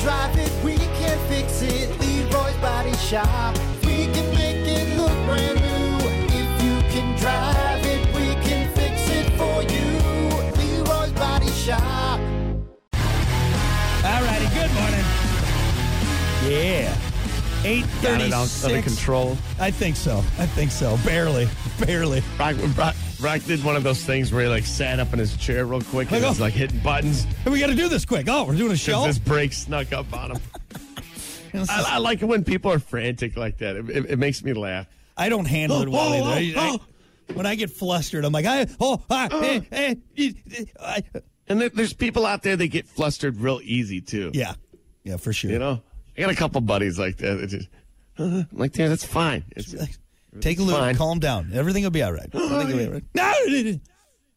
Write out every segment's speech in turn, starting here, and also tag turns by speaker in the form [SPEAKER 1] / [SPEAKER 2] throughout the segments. [SPEAKER 1] drive it, we can fix it. Leroy's Body Shop. We can make it look brand new. If you can drive it, we can fix it for you. Leroy's Body Shop.
[SPEAKER 2] All righty, good morning. Yeah.
[SPEAKER 3] Got it
[SPEAKER 2] 836.
[SPEAKER 3] out- under control.
[SPEAKER 2] I think so. I think so. Barely. Barely.
[SPEAKER 3] Brock, Brock, Brock did one of those things where he like sat up in his chair real quick and
[SPEAKER 2] Like,
[SPEAKER 3] was
[SPEAKER 2] oh.
[SPEAKER 3] like hitting buttons
[SPEAKER 2] Hey, we got to do this quick. Oh, we're doing a show?
[SPEAKER 3] because this break snuck up on him. I, I like it when people are frantic like that. It, it, it makes me laugh.
[SPEAKER 2] I don't handle it well
[SPEAKER 3] Oh, oh,
[SPEAKER 2] either. I- I-
[SPEAKER 3] oh, Uh.
[SPEAKER 2] when I get flustered, I'm like, I, oh, ah, eh, eh, eh, eh, I-
[SPEAKER 3] And there, there's people out there that get flustered real easy too.
[SPEAKER 2] yeah. Yeah, for sure.
[SPEAKER 3] You know, I got a couple buddies like that. that just, uh, I'm like, yeah, that's fine. It's,
[SPEAKER 2] Take a look.
[SPEAKER 3] Fine.
[SPEAKER 2] Calm down. Everything will be all right. Everything will be all right. No, it didn't.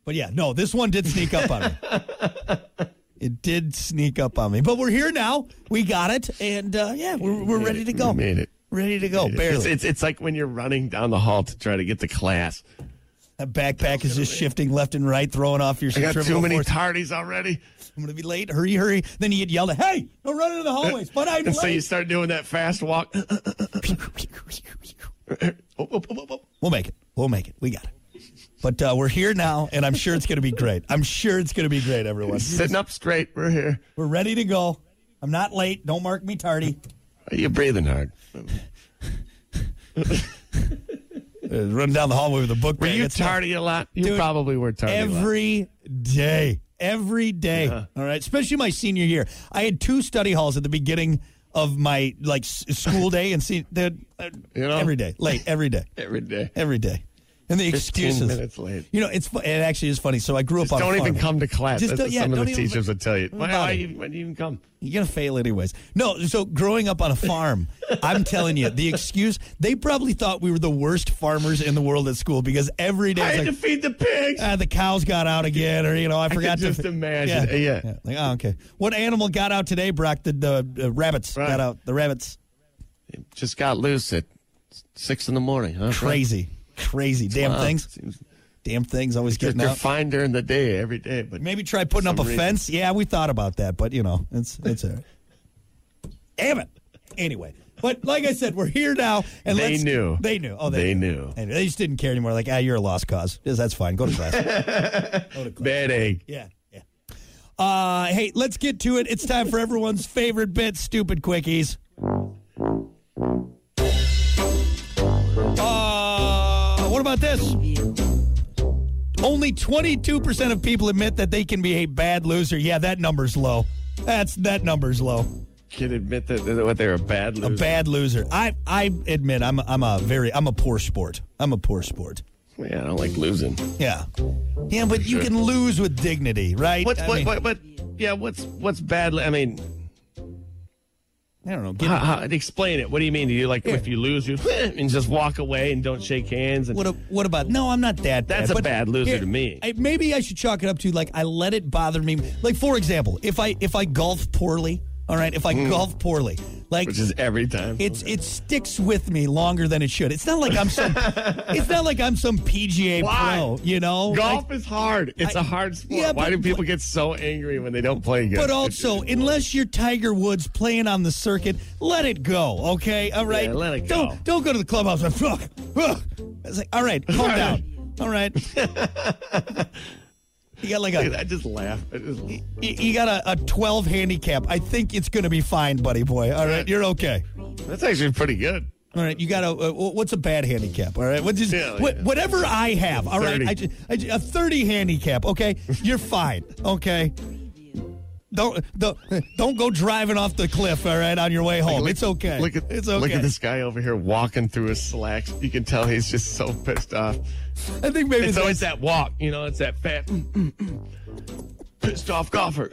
[SPEAKER 2] but yeah, no, this one did sneak up on me. It did sneak up on me, but we're here now. We got it, and uh, yeah, we're, we're ready to go.
[SPEAKER 3] We made it.
[SPEAKER 2] Ready to go. Barely.
[SPEAKER 3] it's, it's, it's like when you're running down the hall to try to get to class.
[SPEAKER 2] that backpack is just shifting left and right, throwing off your
[SPEAKER 3] I got
[SPEAKER 2] centrifugal
[SPEAKER 3] too many
[SPEAKER 2] force.
[SPEAKER 3] tardies already.
[SPEAKER 2] I'm going to be late. Hurry, hurry. Then you get yelled at. Hey, don't run into the hallways. But I'm late.
[SPEAKER 3] And so you start doing that fast walk. Oh, oh, oh, oh, oh.
[SPEAKER 2] We'll make it. We'll make it. We got it. But uh, we're here now, and I'm sure it's going to be great. I'm sure it's going to be great, everyone.
[SPEAKER 3] Sitting up straight. We're here.
[SPEAKER 2] We're ready to go. I'm not late. Don't mark me tardy.
[SPEAKER 3] Are you breathing hard?
[SPEAKER 2] Uh, running down the hallway with a book
[SPEAKER 3] Were
[SPEAKER 2] bag.
[SPEAKER 3] you
[SPEAKER 2] It's not-
[SPEAKER 3] tardy a lot? You
[SPEAKER 2] Dude,
[SPEAKER 3] probably were tardy a lot.
[SPEAKER 2] Every day. Every day. All right. Especially my senior year. I had two study halls at the beginning of my like s- school day and see that uh,
[SPEAKER 3] You know?
[SPEAKER 2] every day late every day
[SPEAKER 3] every day.
[SPEAKER 2] every day and the
[SPEAKER 3] 15
[SPEAKER 2] excuses
[SPEAKER 3] minutes late.
[SPEAKER 2] you know it's fu- it actually is funny so I grew up on
[SPEAKER 3] Just
[SPEAKER 2] a
[SPEAKER 3] don't even
[SPEAKER 2] farm.
[SPEAKER 3] come to class.
[SPEAKER 2] Just
[SPEAKER 3] That's
[SPEAKER 2] don't-
[SPEAKER 3] what
[SPEAKER 2] yeah,
[SPEAKER 3] some of the
[SPEAKER 2] don't even-
[SPEAKER 3] teachers would tell you. Why, why,
[SPEAKER 2] bother.
[SPEAKER 3] you- why do you even come?
[SPEAKER 2] You're gonna fail anyways. No, so growing up on a farm, I'm telling you, the excuse they probably thought we were the worst farmers in the world at school because every
[SPEAKER 3] I
[SPEAKER 2] day
[SPEAKER 3] had
[SPEAKER 2] it's
[SPEAKER 3] to
[SPEAKER 2] like
[SPEAKER 3] feed the pigs.
[SPEAKER 2] ah, the cows got out again, or you know, I forgot
[SPEAKER 3] just
[SPEAKER 2] to
[SPEAKER 3] imagine. Uh, yeah.
[SPEAKER 2] Like, oh, okay. What animal got out today, Brock? The, the uh, rabbits
[SPEAKER 3] Right.
[SPEAKER 2] got out. The rabbits.
[SPEAKER 3] Just got loose at six in the morning. Huh?
[SPEAKER 2] Crazy, crazy, damn
[SPEAKER 3] Wow.
[SPEAKER 2] things,
[SPEAKER 3] Seems-
[SPEAKER 2] damn things always
[SPEAKER 3] They're,
[SPEAKER 2] getting
[SPEAKER 3] they're
[SPEAKER 2] out.
[SPEAKER 3] fine during the day every day, but
[SPEAKER 2] Maybe try putting up a
[SPEAKER 3] some reason.
[SPEAKER 2] fence. Yeah, we thought about that, but you know, it's it's all right. Damn it. Anyway, but like I said, we're here now, and
[SPEAKER 3] They
[SPEAKER 2] let's-
[SPEAKER 3] knew.
[SPEAKER 2] They knew. Oh,
[SPEAKER 3] They knew.
[SPEAKER 2] They, They just didn't care anymore. Like, ah, you're a lost cause. Yes, that's fine. Go to class. Go to class.
[SPEAKER 3] bad egg.
[SPEAKER 2] Yeah, yeah. Uh, hey, let's get to it. It's time for everyone's favorite bit, stupid quickies. Uh, what about this? Only 22% of people admit that they can be a bad loser. Yeah, that number's low. That's that number's low.
[SPEAKER 3] Can admit that, that what they're a bad
[SPEAKER 2] A
[SPEAKER 3] loser.
[SPEAKER 2] bad loser. I I admit I'm I'm a very I'm a poor sport. I'm a poor sport.
[SPEAKER 3] Man, I don't like losing.
[SPEAKER 2] Yeah. Yeah, but you can lose with dignity, right?
[SPEAKER 3] What's
[SPEAKER 2] I
[SPEAKER 3] what,
[SPEAKER 2] mean,
[SPEAKER 3] what what yeah, what's what's bad li- I mean
[SPEAKER 2] I don't know. Get
[SPEAKER 3] how, how, explain it. What do you mean? Do you like if you lose you and just walk away and don't shake hands and
[SPEAKER 2] What, a, what about? No, I'm not that.
[SPEAKER 3] That's
[SPEAKER 2] bad,
[SPEAKER 3] a
[SPEAKER 2] but
[SPEAKER 3] bad loser to me.
[SPEAKER 2] I, maybe I should chalk it up to like I let it bother me. Like for example, if I if I golf poorly, all right, if I golf poorly, like
[SPEAKER 3] Hmm. which is every time.
[SPEAKER 2] it's it sticks with me longer than it should. It's not like I'm some. it's not like I'm some PGA
[SPEAKER 3] Why?
[SPEAKER 2] pro, you know.
[SPEAKER 3] Golf
[SPEAKER 2] Like,
[SPEAKER 3] is hard. It's a
[SPEAKER 2] I-
[SPEAKER 3] hard sport.
[SPEAKER 2] Yeah,
[SPEAKER 3] Why
[SPEAKER 2] but-
[SPEAKER 3] do people get so angry when they don't play good?
[SPEAKER 2] but also, unless you're Tiger Woods playing on the circuit, let it go, okay? All right,
[SPEAKER 3] Yeah, let it go.
[SPEAKER 2] Don't don't go to the clubhouse. and, "Ugh, ugh." It's like, all right, calm down. All right. You got like a
[SPEAKER 3] I just laugh. I just,
[SPEAKER 2] You, you got a, a 12 handicap. I think it's going to be fine, buddy boy. All right, you're okay.
[SPEAKER 3] that's actually pretty good.
[SPEAKER 2] All right, you got a uh, what's a bad handicap? All right, what's just,
[SPEAKER 3] Yeah,
[SPEAKER 2] what,
[SPEAKER 3] yeah.
[SPEAKER 2] whatever I have. All right,
[SPEAKER 3] 30.
[SPEAKER 2] I ju- I ju- a 30 handicap. Okay, you're fine. Okay. Don't, don't don't go driving off the cliff. All right, on your way home. Oh,
[SPEAKER 3] Look-
[SPEAKER 2] it's okay.
[SPEAKER 3] Look at
[SPEAKER 2] it's okay.
[SPEAKER 3] Look at this guy over here walking through his slacks. You can tell he's just so pissed off.
[SPEAKER 2] I think maybe
[SPEAKER 3] It's
[SPEAKER 2] that-
[SPEAKER 3] always that walk, you know. It's that fat pissed off golfer.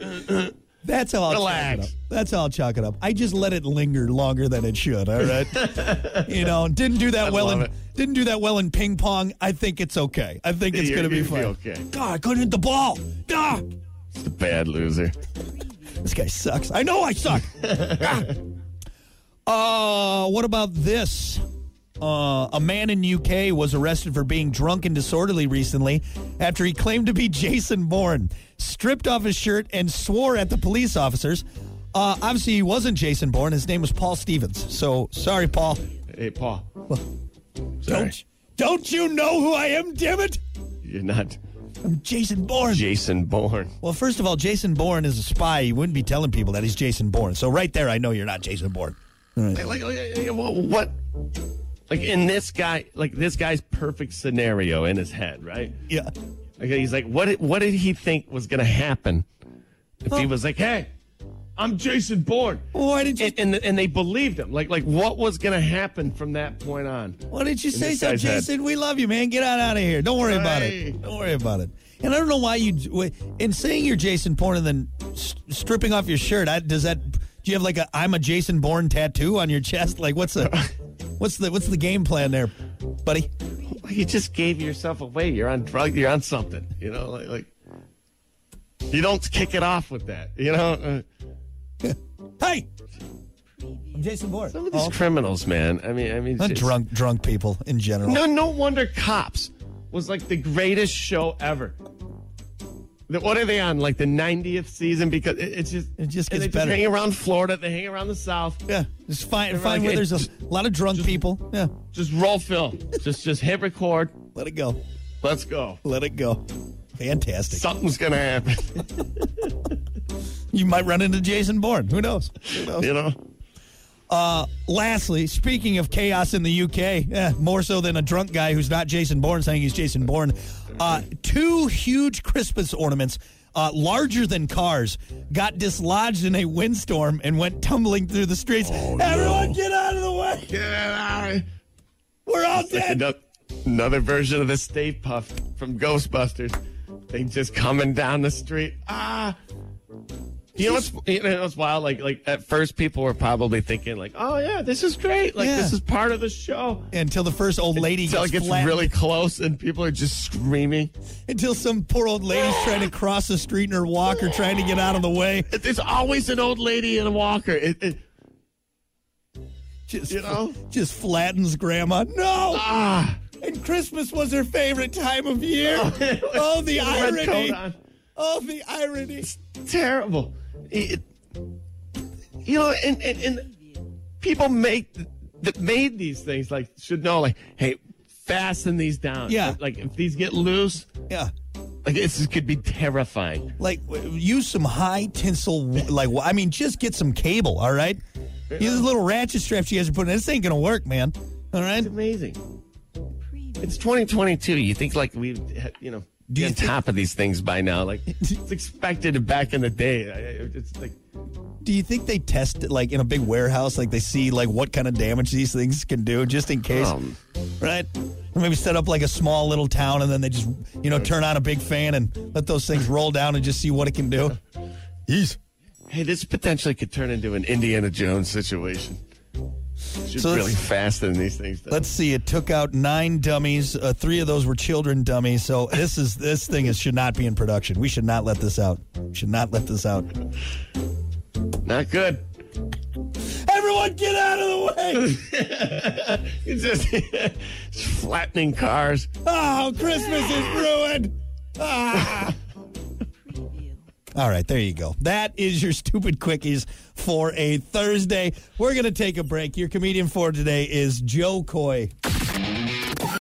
[SPEAKER 2] That's how I'll
[SPEAKER 3] Relax.
[SPEAKER 2] chalk it up. That's how I'll chalk it up. I just let it linger longer than it should. All right, you know, didn't do that
[SPEAKER 3] I
[SPEAKER 2] well. In,
[SPEAKER 3] love it.
[SPEAKER 2] didn't do that well in ping pong. I think it's okay. I think it's
[SPEAKER 3] You're-
[SPEAKER 2] going to be
[SPEAKER 3] you'll be
[SPEAKER 2] fine.
[SPEAKER 3] okay.
[SPEAKER 2] God, I couldn't hit the ball. Ah,
[SPEAKER 3] It's a bad loser.
[SPEAKER 2] this guy sucks. I know I suck. Ah. Uh, what about this? Uh, a man in UK was arrested for being drunk and disorderly recently after he claimed to be Jason Bourne, stripped off his shirt and swore at the police officers. Uh, obviously, he wasn't Jason Bourne. His name was Paul Stevens. So sorry, Paul.
[SPEAKER 3] Hey, Paul. Sorry.
[SPEAKER 2] Don't don't you know who I am? Damn it!
[SPEAKER 3] You're not
[SPEAKER 2] I'm Jason Bourne.
[SPEAKER 3] Jason Bourne.
[SPEAKER 2] well, first of all, Jason Bourne is a spy. He wouldn't be telling people that he's Jason Bourne. So right there, I know you're not Jason Bourne.
[SPEAKER 3] Like, like, like, like, what- what? Like in this guy, like this guy's perfect scenario in his head, right?
[SPEAKER 2] Yeah.
[SPEAKER 3] Like he's like, what? Did, what did he think was gonna happen if he was like, hey, I'm Jason Bourne,
[SPEAKER 2] Why did you
[SPEAKER 3] and and, and they believed him. Like like what was gonna happen from that point on?
[SPEAKER 2] Why didn't you say
[SPEAKER 3] this
[SPEAKER 2] so,
[SPEAKER 3] guy's head.
[SPEAKER 2] Jason? We love you, man. Get on out of here. Don't worry about
[SPEAKER 3] Hey.
[SPEAKER 2] it. Don't worry about it. And I don't know why you in saying you're Jason Bourne and then s- stripping off your shirt. I, does that? Do you have like a I'm a Jason Bourne tattoo on your chest? Like what's the what's the what's the game plan there, buddy?
[SPEAKER 3] Like, you just gave yourself away. You're on drug. You're on something. You know, like like you don't kick it off with that. You know. Uh,
[SPEAKER 2] Hey, I'm Jason Bourne. Oh,
[SPEAKER 3] Some of these criminals, man. I mean, I mean,
[SPEAKER 2] Not
[SPEAKER 3] it's-
[SPEAKER 2] drunk drunk people in general.
[SPEAKER 3] No, no wonder Cops was like the greatest show ever. The- What are they on? Like the 90th season? Because it, it's just
[SPEAKER 2] It just
[SPEAKER 3] and
[SPEAKER 2] gets
[SPEAKER 3] they
[SPEAKER 2] better.
[SPEAKER 3] Just hang around Florida. They hang around the South.
[SPEAKER 2] Yeah, just find
[SPEAKER 3] They're
[SPEAKER 2] find where
[SPEAKER 3] like, it-
[SPEAKER 2] there's a lot of drunk people. Yeah,
[SPEAKER 3] Just roll film. just just hit record.
[SPEAKER 2] let it go.
[SPEAKER 3] Let's go.
[SPEAKER 2] Let it go. Fantastic.
[SPEAKER 3] Something's gonna happen.
[SPEAKER 2] you might run into Jason Bourne. Who knows? Who knows?
[SPEAKER 3] you know.
[SPEAKER 2] Lastly, speaking of chaos in the UK, eh, more so than a drunk guy who's not Jason Bourne saying he's Jason Bourne, uh, two huge Christmas ornaments, uh, larger than cars, got dislodged in a windstorm and went tumbling through the streets.
[SPEAKER 3] Oh,
[SPEAKER 2] Everyone, get out of the way!
[SPEAKER 3] Yeah.
[SPEAKER 2] We're all dead.
[SPEAKER 3] Ano- Another version of the Stay Puff from Ghostbusters. They just coming down the street. Ah. You know what's you know what's wild? Like like at first people were probably thinking like, oh yeah, this is great. Like
[SPEAKER 2] Yeah.
[SPEAKER 3] this is part of the show.
[SPEAKER 2] Until the first old lady
[SPEAKER 3] Until
[SPEAKER 2] gets
[SPEAKER 3] it gets
[SPEAKER 2] flattened.
[SPEAKER 3] really close and people are just screaming.
[SPEAKER 2] until some poor old lady's trying to cross the street in her walk or trying to get out of the way.
[SPEAKER 3] It- There's always an old lady in a walker. It, it,
[SPEAKER 2] Just,
[SPEAKER 3] You know?
[SPEAKER 2] just flattens grandma. No.
[SPEAKER 3] ah,
[SPEAKER 2] And Christmas was her favorite time of year. Oh, the
[SPEAKER 3] red
[SPEAKER 2] irony.
[SPEAKER 3] coat on.
[SPEAKER 2] Oh, the irony.
[SPEAKER 3] terrible. It- you know, and, and, and people make that made these things like should know like, hey, fasten these down.
[SPEAKER 2] Yeah.
[SPEAKER 3] Like if these get loose,
[SPEAKER 2] Yeah.
[SPEAKER 3] like this could be terrifying.
[SPEAKER 2] Like, w- use some high tinsel. w- Like, I mean, just get some cable, all right? Use the little ratchet strap you guys are putting in. This ain't going to work, man. All right?
[SPEAKER 3] It's amazing. It's 2022. You think like we, you know,
[SPEAKER 2] Do
[SPEAKER 3] be
[SPEAKER 2] you
[SPEAKER 3] on
[SPEAKER 2] think-
[SPEAKER 3] top of these things by now? Like it's expected back in the day. I- I- It's like
[SPEAKER 2] Do you think they test it, like, in a big warehouse? Like, they see, like, what kind of damage these things can do just in case,
[SPEAKER 3] Um.
[SPEAKER 2] right? Or maybe set up, like, a small little town and then they just, you know, turn on a big fan and let those things roll down and just see what it can do. Jeez.
[SPEAKER 3] Hey, this potentially could turn into an Indiana Jones situation. She's
[SPEAKER 2] So
[SPEAKER 3] really
[SPEAKER 2] let's-
[SPEAKER 3] fast in these things. though.
[SPEAKER 2] Let's see. It took out nine dummies. Uh, three of those were children dummies. So this is this thing is should not be in production. We should not let this out. Should not let this out.
[SPEAKER 3] Not good.
[SPEAKER 2] Everyone, get out of the way!
[SPEAKER 3] It's just it's flattening cars.
[SPEAKER 2] Oh, Christmas is ruined. Ah. All right, there you go. That is your stupid quickies for a Thursday. We're gonna take a break. Your comedian for today is Joe Coy.